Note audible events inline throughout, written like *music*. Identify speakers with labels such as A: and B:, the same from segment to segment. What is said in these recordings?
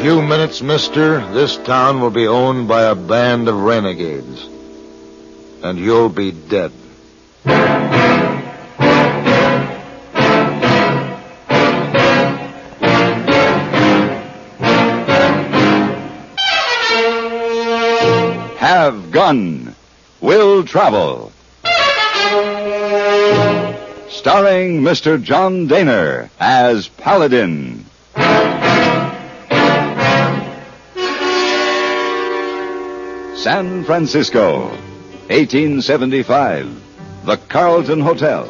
A: few minutes, mister, this town will be owned by a band of renegades. And you'll be dead.
B: Have Gun. Will Travel. Starring Mr. John Daner as Paladin. San Francisco, 1875. The Carlton Hotel.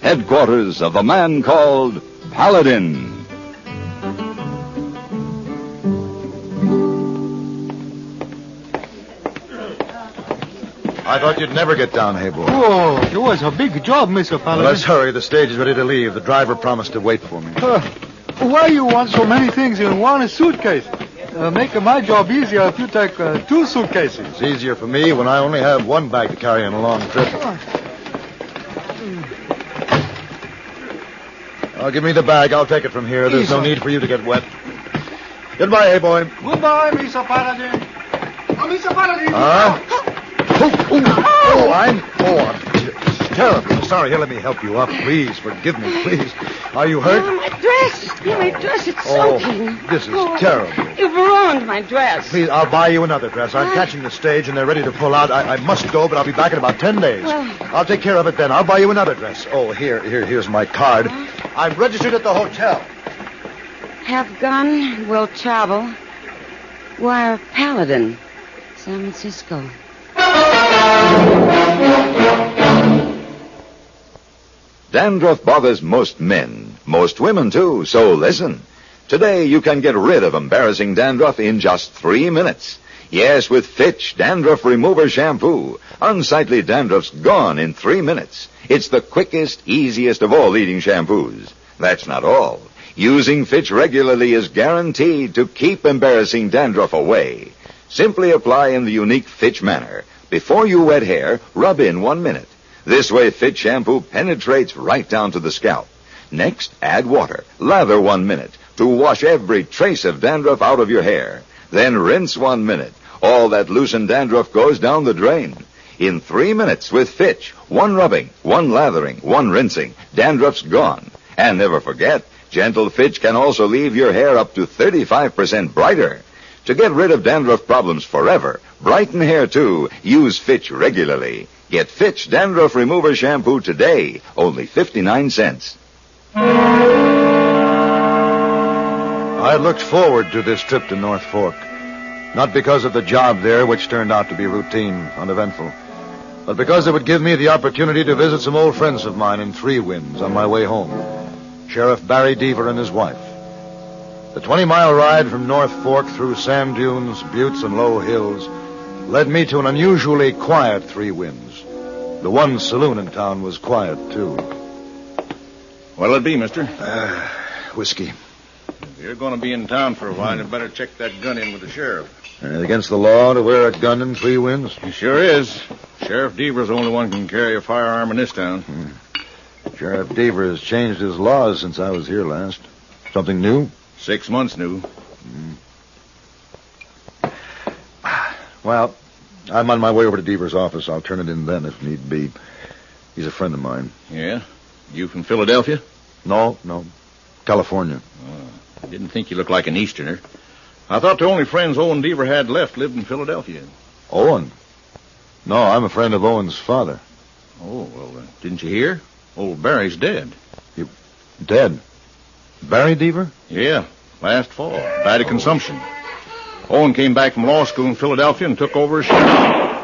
B: Headquarters of a man called Paladin.
A: I thought you'd never get down, Hayboy.
C: Oh, it was a big job, Mr. Paladin.
A: let's hurry. The stage is ready to leave. The driver promised to wait for me.
C: Uh, why you want so many things in one suitcase? Uh, make my job easier if you take uh, two suitcases.
A: It's easier for me when I only have one bag to carry on a long trip. Oh, give me the bag. I'll take it from here. There's no
C: Easy.
A: need for you to get wet. Goodbye, hey boy.
C: Goodbye, Mr. Paladin. Oh, Mr. Paladin.
A: Huh? Oh, oh, oh, I'm poor. It's terrible. Sorry. Here, let me help you up. Please, forgive me, please. Are you hurt?
D: Oh, my dress. Oh, my dress. It's
A: Oh,
D: soaking.
A: this is terrible.
D: You've ruined my dress.
A: Please, I'll buy you another dress. I'm catching the stage, and they're ready to pull out. I, I must go, but I'll be back in about ten days. I'll take care of it then. I'll buy you another dress. Oh, here, here, here's my card. I'm registered at the hotel.
D: Have gun, will travel. Wire paladin. San Francisco.
B: Dandruff bothers most men, most women too, so listen. Today you can get rid of embarrassing dandruff in just three minutes. Yes, with Fitch Dandruff Remover Shampoo. Unsightly dandruff's gone in three minutes. It's the quickest, easiest of all leading shampoos. That's not all. Using Fitch regularly is guaranteed to keep embarrassing dandruff away. Simply apply in the unique Fitch manner. Before you wet hair, rub in one minute. This way, Fitch shampoo penetrates right down to the scalp. Next, add water. Lather one minute to wash every trace of dandruff out of your hair. Then rinse one minute. All that loosened dandruff goes down the drain. In three minutes with Fitch, one rubbing, one lathering, one rinsing, dandruff's gone. And never forget, Gentle Fitch can also leave your hair up to 35% brighter. To get rid of dandruff problems forever, brighten hair too, use Fitch regularly. Get Fitch Dandruff Remover Shampoo today, only 59 cents.
A: I looked forward to this trip to North Fork. Not because of the job there, which turned out to be routine, uneventful, but because it would give me the opportunity to visit some old friends of mine in Three Winds on my way home Sheriff Barry Deaver and his wife. The 20 mile ride from North Fork through sand dunes, buttes, and low hills led me to an unusually quiet Three Winds. The one saloon in town was quiet, too.
E: What'll it be, mister?
A: Ah, Whiskey.
E: If you're going to be in town for a while, you better check that gun in with the sheriff.
A: It's against the law to wear a gun in Three Winds.
E: He sure is. Sheriff Deaver's the only one can carry a firearm in this town.
A: Hmm. Sheriff Deaver has changed his laws since I was here last. Something new?
E: Six months new.
A: Hmm. Well, I'm on my way over to Deaver's office. I'll turn it in then if need be. He's a friend of mine.
E: Yeah? You from Philadelphia?
A: No, no. California.
F: Oh,
E: Didn't think you looked like an Easterner. I thought the only friends Owen Deaver had left lived in Philadelphia.
A: Owen. No, I'm a friend of Owen's father.
E: Oh, well, uh, didn't you hear? Old Barry's dead.
A: Dead. Barry Deaver?
E: Yeah, last fall. Died of consumption. Owen came back from law school in Philadelphia and took over as sheriff.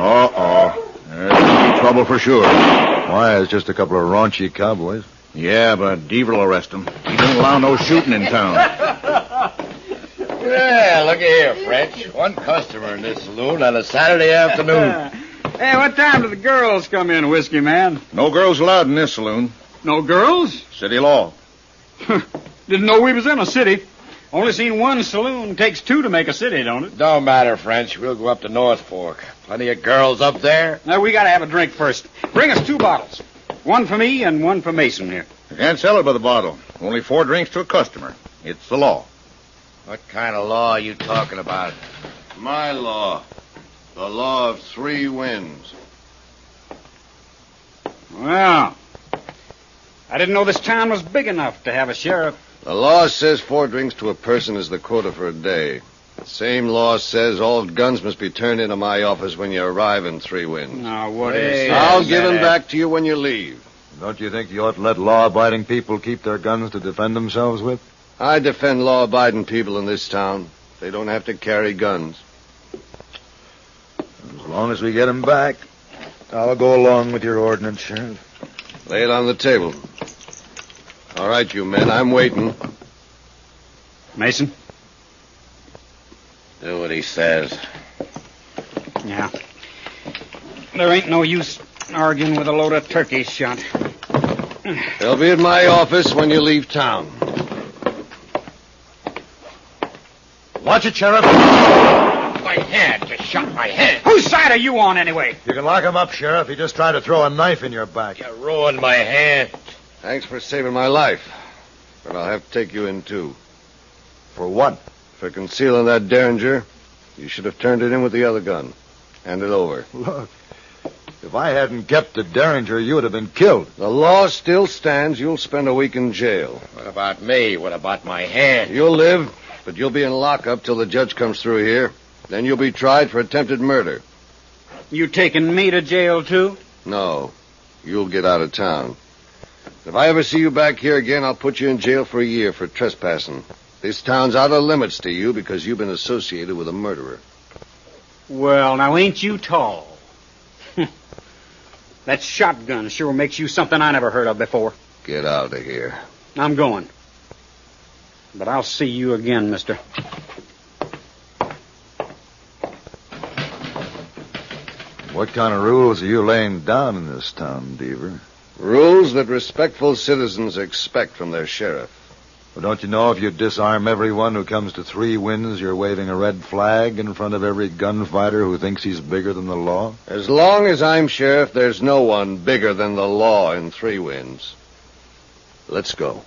E: Uh-oh. There's gonna be trouble for sure.
A: Why, it's just a couple of raunchy cowboys.
E: Yeah, but Deaver will arrest him. He don't allow no shooting in town.
F: *laughs* Yeah, look here, French. One customer in this saloon on a Saturday afternoon.
G: *laughs* Hey, what time do the girls come in, Whiskey Man?
E: No girls allowed in this saloon.
G: No girls?
E: City law.
G: *laughs* Didn't know we was in a city. Only seen one saloon. Takes two to make a city, don't it?
F: Don't matter, French. We'll go up to North Fork. Plenty of girls up there.
G: Now, we gotta have a drink first. Bring us two bottles. One for me and one for Mason here.
E: You can't sell it by the bottle. Only four drinks to a customer. It's the law.
F: What kind of law are you talking about?
H: My law. The law of three winds.
G: Well, I didn't know this town was big enough to have a sheriff.
H: The law says four drinks to a person is the quota for a day. The same law says all guns must be turned into my office when you arrive in three winds.
G: Now, what
F: Hey,
G: is
H: I'll
F: a
H: give them
F: minute.
H: back to you when you leave.
A: Don't you think you ought to let law abiding people keep their guns to defend themselves with?
H: I defend law abiding people in this town. They don't have to carry guns.
A: As long as we get 'em back, I'll go along with your ordinance, Sheriff.
H: Lay it on the table. All right, you men, I'm waiting.
G: Mason?
F: Do what he says.
G: Yeah. There ain't no use arguing with a load of turkey shot.
H: They'll be in my office when you leave town.
A: Watch it, Sheriff.
F: My head just shot my head.
G: Whose side are you on anyway?
A: You can lock him up, Sheriff. He just tried to throw a knife in your back.
F: You ruined my hand.
H: Thanks for saving my life. But I'll have to take you in, too.
A: For what?
H: For concealing that derringer, you should have turned it in with the other gun. Hand it over.
A: Look, if I hadn't kept the Derringer, you would have been killed.
H: The law still stands. You'll spend a week in jail.
F: What about me? What about my hand?
H: You'll live, but you'll be in lockup till the judge comes through here. Then you'll be tried for attempted murder.
G: You taking me to jail, too?
H: No, you'll get out of town. If I ever see you back here again, I'll put you in jail for a year for trespassing. This town's out of limits to you because you've been associated with a murderer.
G: Well, now, ain't you tall? *laughs* that shotgun sure makes you something I never heard of before.
H: Get out of here.
G: I'm going. But I'll see you again, mister.
A: What kind of rules are you laying down in this town, Deaver?
H: Rules that respectful citizens expect from their sheriff.
A: Well, don't you know if you disarm everyone who comes to three winds, you're waving a red flag in front of every gunfighter who thinks he's bigger than the law?
H: As long as I'm sheriff, there's no one bigger than the law in Three Winds. Let's go.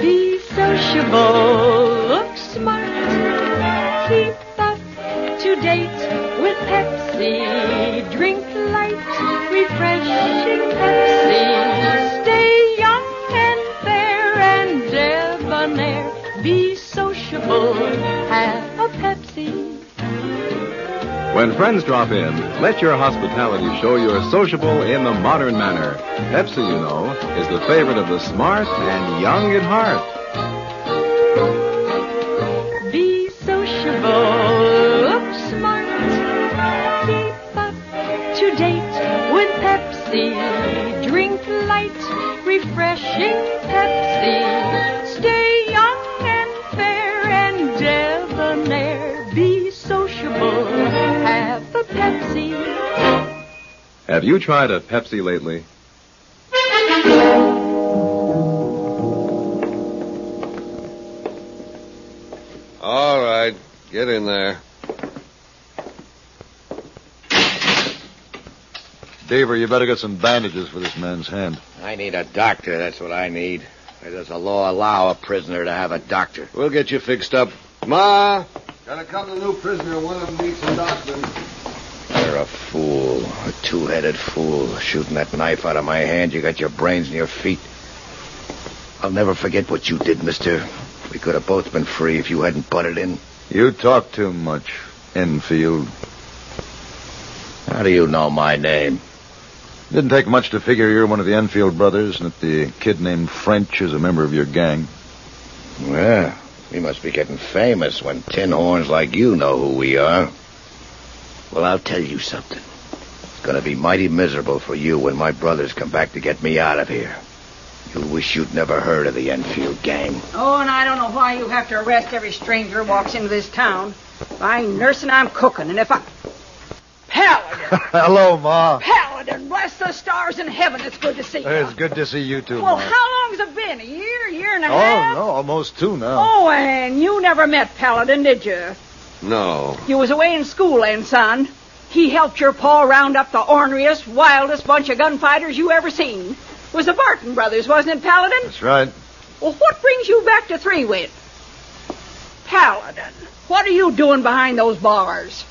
I: Be sociable, look smart, keep up to date with Pepsi. Drink light, refreshing Pepsi. Stay young and fair and debonair. Be sociable, have a Pepsi.
B: When friends drop in, let your hospitality show you're sociable in the modern manner. Pepsi, you know, is the favorite of the smart and young at heart.
I: Be sociable, look smart, keep up to date with Pepsi. Drink light, refreshing Pepsi. Stay young and fair and debonair. Be sociable, have a Pepsi.
B: Have you tried a Pepsi lately?
H: All right, get in there.
A: Deaver, you better get some bandages for this man's hand.
F: I need a doctor. That's what I need. Where does the law allow a prisoner to have a doctor?
H: We'll get you fixed up. Ma! Got a couple of new prisoners. One of them needs a doctor.
F: You're a fool. A two-headed fool. Shooting that knife out of my hand. You got your brains and your feet. I'll never forget what you did, mister. We could have both been free if you hadn't butted in.
A: You talk too much, Enfield.
F: How do you know my name?
A: Didn't take much to figure you're one of the Enfield brothers and that the kid named French is a member of your gang.
F: Well, we must be getting famous when tin horns like you know who we are. Well, I'll tell you something. It's going to be mighty miserable for you when my brothers come back to get me out of here. You'll wish you'd never heard of the Enfield gang.
D: Oh, and I don't know why you have to arrest every stranger who walks into this town. If I'm nursing, I'm cooking, and if I. Paladin!
A: *laughs* Hello, Ma.
D: Paladin! Bless the stars in heaven, it's good to see you.
A: It's good to see you too,
D: Well,
A: Ma.
D: how long's it been? A year, year and a
A: Oh,
D: half?
A: no, almost two now.
D: Oh, and you never met Paladin, did you?
H: No.
D: You was away in school, and son. He helped your pa round up the orneriest, wildest bunch of gunfighters you ever seen. It was the Barton brothers, wasn't it, Paladin?
A: That's right.
D: Well, what brings you back to Three Wit? Paladin, what are you doing behind those bars?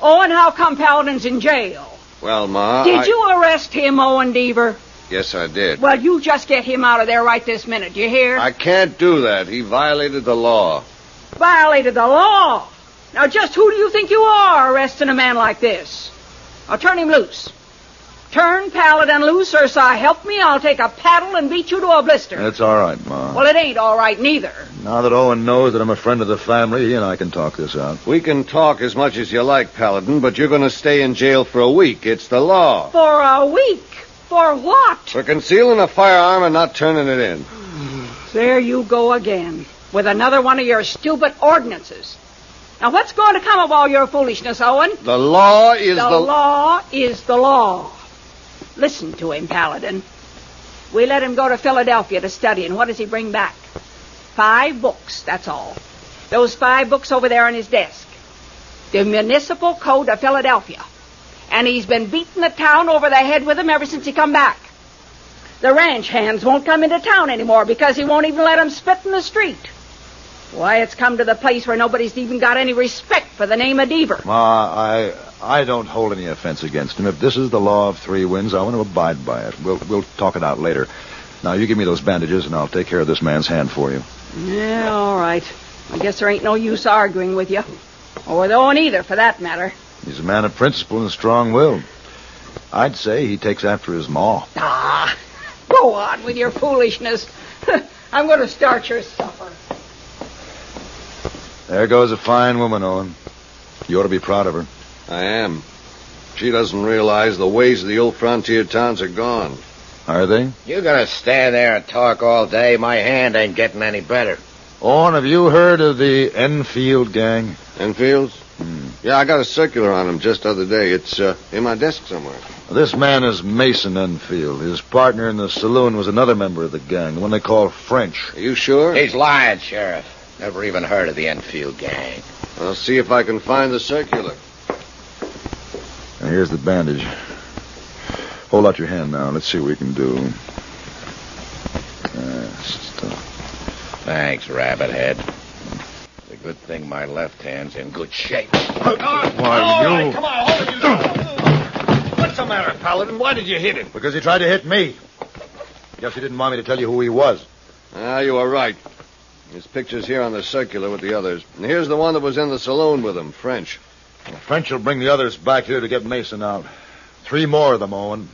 D: Oh, and how come Paladin's in jail?
H: Well, Ma.
D: Did
H: Uh, I-
D: you arrest him, Owen Deaver?
H: Yes, I did.
D: Well, you just get him out of there right this minute, you hear?
H: I can't do that. He violated the law.
D: Violated the law. Now, just who do you think you are arresting a man like this? Now, turn him loose. Turn Paladin loose, or so help me, I'll take a paddle and beat you to a blister.
A: That's all right, Ma.
D: Well, it ain't all right neither.
A: Now that Owen knows that I'm a friend of the family, he and I can talk this out.
H: We can talk as much as you like, Paladin, but you're going to stay in jail for a week. It's the law.
D: For a week. For what?
H: For concealing a firearm and not turning it in.
D: There you go again, with another one of your stupid ordinances. Now, what's going to come of all your foolishness, Owen?
H: The law is the,
D: law is the law. Listen to him, Paladin. We let him go to Philadelphia to study, and what does he bring back? Five books, that's all. Those five books over there on his desk. The Municipal Code of Philadelphia. And he's been beating the town over the head with them ever since he come back. The ranch hands won't come into town anymore because he won't even let 'em spit in the street. Why, it's come to the place where nobody's even got any respect for the name of Deaver.
A: Ma, I I don't hold any offense against him. If this is the law of three winds, I want to abide by it. We'll we'll talk it out later. Now you give me those bandages, and I'll take care of this man's hand for you.
D: Yeah, all right. I guess there ain't no use arguing with you. Or with Owen either, for that matter.
A: He's a man of principle and strong-willed. I'd say he takes after his ma.
D: Ah, go on with your foolishness. *laughs* I'm going to start your supper.
A: There goes a fine woman, Owen. You ought to be proud of her.
H: I am. She doesn't realize the ways of the old frontier towns are gone.
A: Are they?
F: You're gonna stand there and talk all day. My hand ain't getting any better.
A: Owen, have you heard of the Enfield gang?
H: Enfields?
A: Hmm.
H: Yeah, I got a circular on him just the other day. It's uh, in my desk somewhere.
A: This man is Mason Enfield. His partner in the saloon was another member of the gang, the one they call French.
H: Are you sure?
F: He's lying, Sheriff. Never even heard of the Enfield gang.
H: I'll see if I can find the circular.
A: Now, here's the bandage. Hold out your hand now. Let's see what we can do. Uh, stuff.
F: Thanks, rabbit head. It's a good thing my left hand's in good shape.
A: Why, you...
E: on, hold it, you. What's the matter, Paladin? Why did you hit him?
A: Because he tried to hit me. Guess he didn't want me to tell you who he was.
H: Ah, you were right. His picture's here on the circular with the others. And here's the one that was in the saloon with him, French.
A: French will bring the others back here to get Mason out. Three more of them, Owen.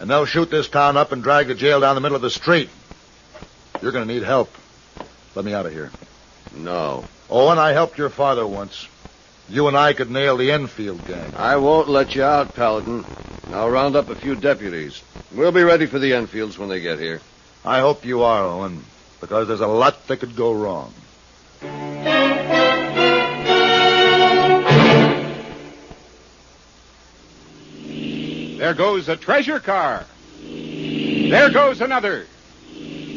A: And they'll shoot this town up and drag the jail down the middle of the street. You're going to need help. Let me out of here.
H: No.
A: Owen, I helped your father once. You and I could nail the Enfield gang.
H: I won't let you out, Paladin. I'll round up a few deputies. We'll be ready for the Enfields when they get here.
A: I hope you are, Owen, because there's a lot that could go wrong.
G: There goes a treasure car. There goes another.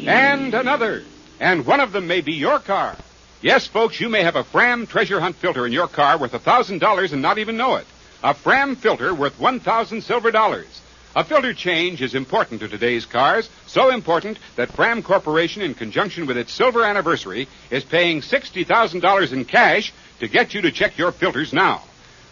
G: And another. And one of them may be your car. Yes, folks, you may have a Fram treasure hunt filter in your car worth $1,000 and not even know it. A Fram filter worth 1,000 silver dollars. A filter change is important to today's cars, so important that Fram Corporation, in conjunction with its silver anniversary, is paying $60,000 in cash to get you to check your filters now.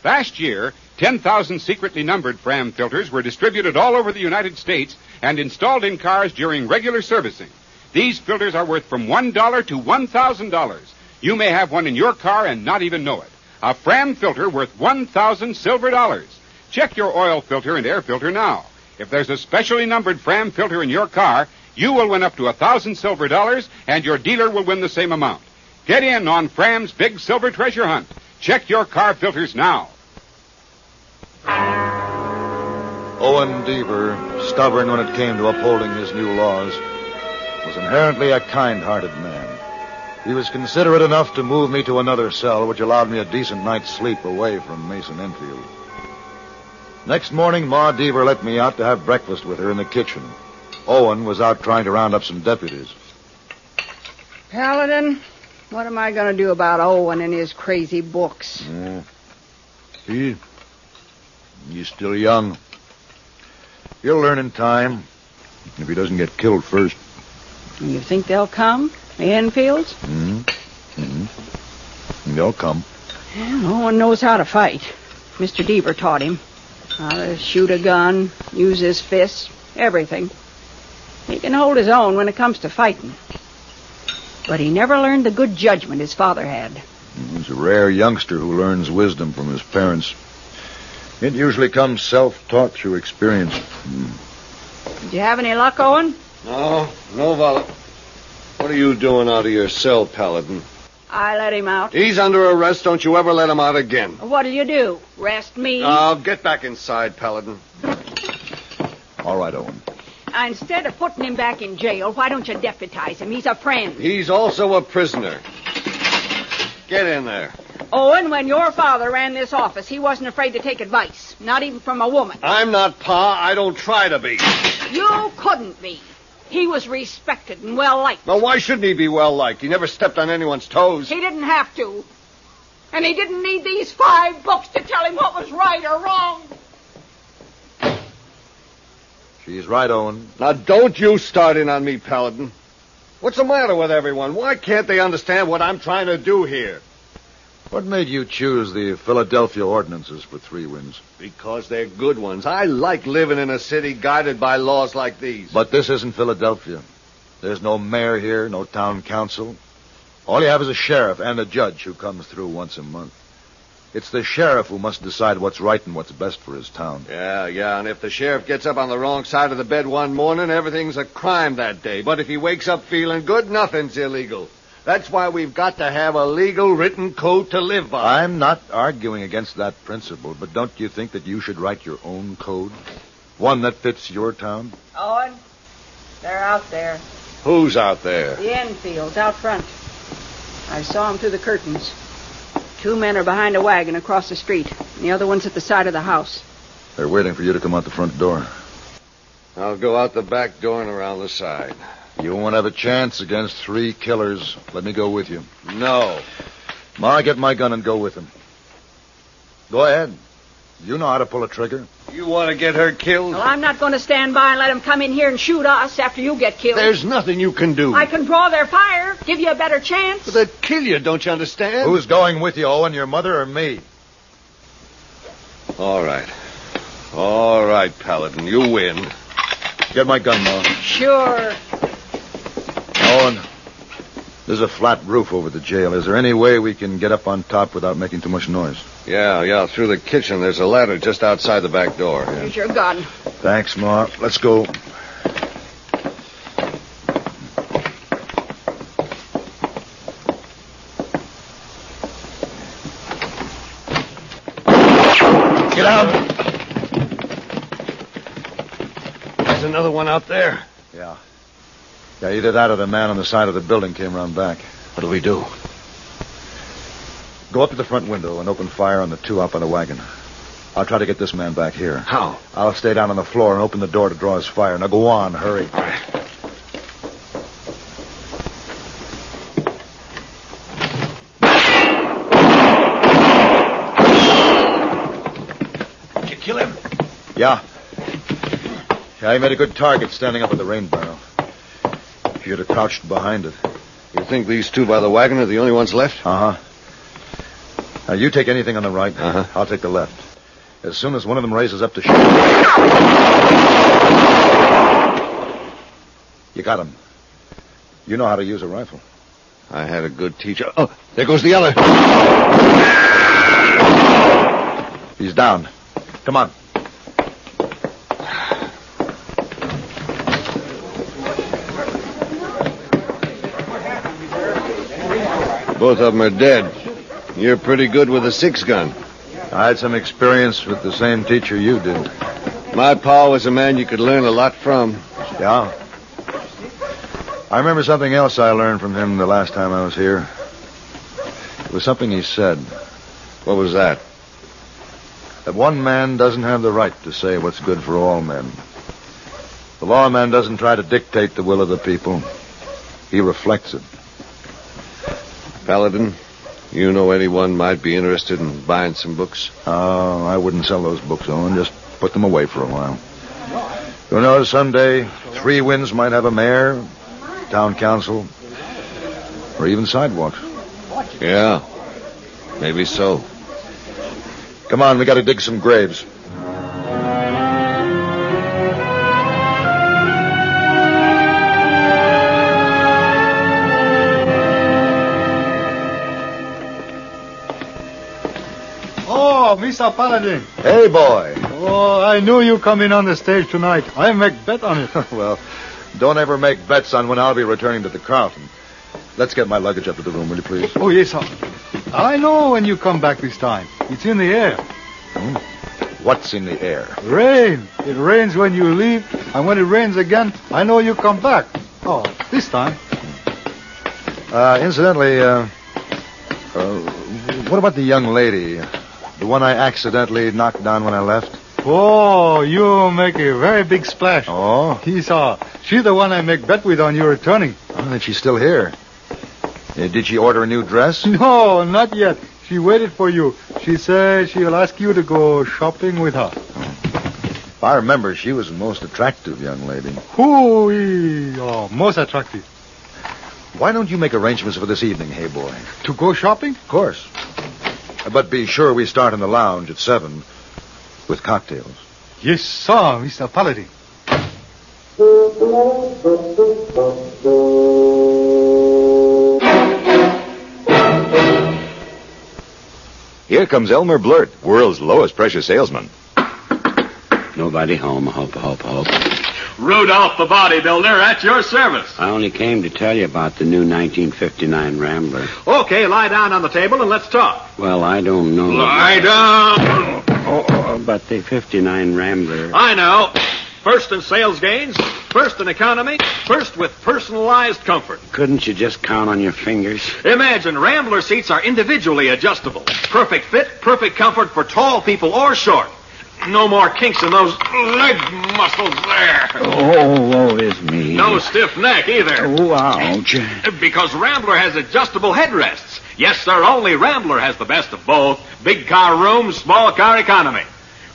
G: Last year, 10,000 secretly numbered Fram filters were distributed all over the United States and installed in cars during regular servicing. These filters are worth from $1 to $1,000. You may have one in your car and not even know it. A Fram filter worth 1,000 silver dollars. Check your oil filter and air filter now. If there's a specially numbered Fram filter in your car, you will win up to 1,000 silver dollars and your dealer will win the same amount. Get in on Fram's big silver treasure hunt. Check your car filters now.
A: Owen Deaver, stubborn when it came to upholding his new laws, was inherently a kind-hearted man. He was considerate enough to move me to another cell, which allowed me a decent night's sleep away from Mason Enfield. Next morning, Ma Deaver let me out to have breakfast with her in the kitchen. Owen was out trying to round up some deputies.
D: Paladin, what am I going to do about Owen and his crazy books?
A: He He's still young. He'll learn in time. If he doesn't get killed first.
D: And you think they'll come? The Enfields?
A: hmm hmm They'll come.
D: Yeah, no one knows how to fight. Mr. Deaver taught him how to shoot a gun, use his fists, everything. He can hold his own when it comes to fighting. But he never learned the good judgment his father had.
A: He's a rare youngster who learns wisdom from his parents. It usually comes self-taught through experience.
D: Did you have any luck, Owen?
H: No, no, Violet. What are you doing out of your cell, Paladin?
D: I let him out.
H: He's under arrest. Don't you ever let him out again.
D: What'll you do? Arrest me?
H: Now, get back inside, Paladin.
A: All right, Owen.
D: Instead of putting him back in jail, why don't you deputize him? He's a friend.
H: He's also a prisoner. Get in there.
D: Owen, when your father ran this office, he wasn't afraid to take advice, not even from a woman.
H: I'm not Pa. I don't try to be.
D: You couldn't be. He was respected and well liked.
H: Now, why shouldn't he be well liked? He never stepped on anyone's toes.
D: He didn't have to. And he didn't need these five books to tell him what was right or wrong.
A: She's right, Owen.
H: Now, don't you start in on me, Paladin. What's the matter with everyone? Why can't they understand what I'm trying to do here?
A: What made you choose the Philadelphia ordinances for three wins?
H: Because they're good ones. I like living in a city guided by laws like these.
A: But this isn't Philadelphia. There's no mayor here, no town council. All you have is a sheriff and a judge who comes through once a month. It's the sheriff who must decide what's right and what's best for his town.
H: Yeah, yeah, and if the sheriff gets up on the wrong side of the bed one morning, everything's a crime that day. But if he wakes up feeling good, nothing's illegal. That's why we've got to have a legal written code to live by.
A: I'm not arguing against that principle, but don't you think that you should write your own code? One that fits your town?
D: Owen, they're out there.
H: Who's out there?
D: The Enfields, out front. I saw 'em through the curtains. Two men are behind a wagon across the street, and the other one's at the side of the house.
A: They're waiting for you to come out the front door.
H: I'll go out the back door and around the side.
A: You won't have a chance against three killers. Let me go with you.
H: No.
A: Ma, get my gun and go with him. Go ahead. You know how to pull a trigger.
H: You want to get her killed?
D: Well, I'm not going to stand by and let 'em come in here and shoot us after you get killed.
H: There's nothing you can do.
D: I can draw their fire, give you a better chance.
H: But they'd kill you, don't you understand?
A: Who's going with you, Owen, your mother or me?
H: All right. All right, Paladin, you win.
A: Get my gun, Ma.
D: Sure.
A: Owen, Oh, there's a flat roof over the jail. Is there any way we can get up on top without making too much noise?
H: Yeah, yeah, through the kitchen. There's a ladder just outside the back door.
D: Here's your gun.
A: Thanks, Ma. Let's go. Get out!
H: There's another one out there.
A: Yeah. Yeah, either that or the man on the side of the building came around back.
H: What do we do?
A: Go up to the front window and open fire on the two out by the wagon. I'll try to get this man back here.
H: How?
A: I'll stay down on the floor and open the door to draw his fire. Now go on, hurry.
H: Did you kill him?
A: Yeah. Yeah, he made a good target standing up at the rain barrel. If you'd have crouched behind it.
H: You think these two by the wagon are the only ones left?
A: Uh huh. Now you take anything on the right.
H: Uh-huh.
A: I'll take the left. As soon as one of them raises up to shoot. You got him. You know how to use a rifle.
H: I had a good teacher. Oh, there goes the other.
A: He's down. Come on.
H: Both of them are dead. You're pretty good with a six gun.
A: I had some experience with the same teacher you did.
H: My pa was a man you could learn a lot from.
A: Yeah. I remember something else I learned from him the last time I was here. It was something he said.
H: What was that?
A: That one man doesn't have the right to say what's good for all men. The lawman doesn't try to dictate the will of the people. He reflects it.
H: Paladin, You know anyone might be interested in buying some books?
A: Oh, I wouldn't sell those books, Owen. Just put them away for a while. Who knows, someday, Three Winds might have a mayor, town council, or even sidewalks.
H: Yeah. Maybe so.
A: Come on, we gotta dig some graves.
C: Oh, Mr. Paladin.
A: Hey, boy.
C: Oh, I knew you coming on the stage tonight. I make bet on it.
A: *laughs* well, don't ever make bets on when I'll be returning to the Carlton. Let's get my luggage up to the room, will you please?
C: Oh, yes, sir. I know when you come back this time. It's in the air.
A: Hmm? What's in the air?
C: Rain. It rains when you leave, and when it rains again, I know you come back. Oh, this time.
A: Uh, incidentally, uh, uh, what about the young lady? The one I accidentally knocked down when I left?
C: Oh, you make a very big splash.
A: Oh?
C: Yes, sir. She's the one I make bet with on your returning.
A: Oh, then she's still here. Uh, did she order a new
C: *laughs*
A: dress?
C: No, not yet. She waited for you. She said she'll ask you to go shopping with her.
A: If I remember, she was the most attractive young lady.
C: Hoo-wee. Oh, most attractive.
A: Why don't you make arrangements for this evening, hey boy?
C: To go shopping?
A: Of course. But be sure we start in the lounge at seven with cocktails.
C: Yes, sir, Mr. Paladin.
B: Here comes Elmer Blurt, world's lowest pressure salesman.
J: Nobody home. Hope, hope, hope.
K: Rudolph the bodybuilder at your service.
J: I only came to tell you about the new 1959 Rambler.
K: Okay, lie down on the table and let's talk.
J: Well, I don't know.
K: Lie down.
J: Oh, oh, but the 59 Rambler.
K: I know. First in sales gains, first in economy, first with personalized comfort.
J: Couldn't you just count on your fingers?
K: Imagine Rambler seats are individually adjustable. Perfect fit, perfect comfort for tall people or short. No more kinks in those leg muscles there.
J: Oh, woe is me.
K: No stiff neck either.
J: Oh, ouch.
K: *laughs* Because Rambler has adjustable headrests. Yes, sir, only Rambler has the best of both. Big car room, small car economy.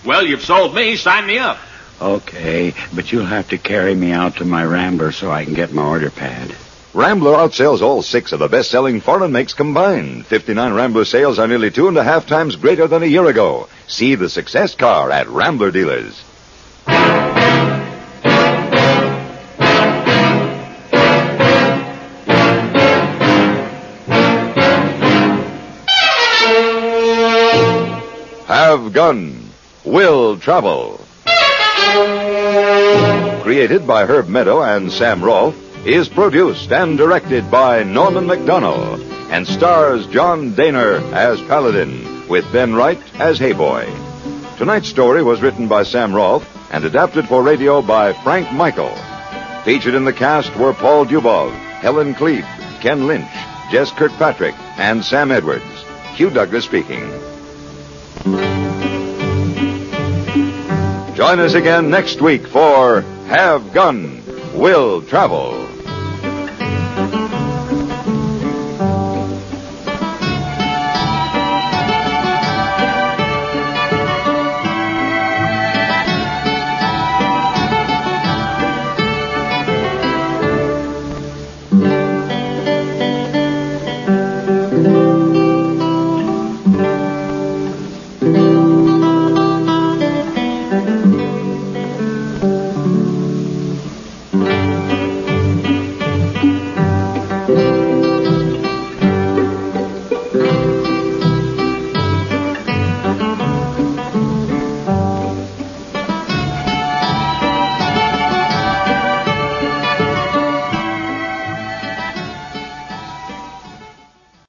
K: Well, you've sold me. Sign me up.
J: Okay, but you'll have to carry me out to my Rambler so I can get my order pad.
B: Rambler outsells all six of the best selling foreign makes combined. 59 Rambler sales are nearly two and a half times greater than a year ago. See the success car at Rambler dealers. Have Gun, Will Travel. Created by Herb Meadow and Sam Rolfe, is produced and directed by Norman McDonald and stars John Daner as Paladin with Ben Wright as Hayboy. Tonight's story was written by Sam Rolfe and adapted for radio by Frank Michael. Featured in the cast were Paul Dubov, Helen Cleve, Ken Lynch, Jess Kirkpatrick, and Sam Edwards. Hugh Douglas speaking. Join us again next week for Have Gun, Will Travel.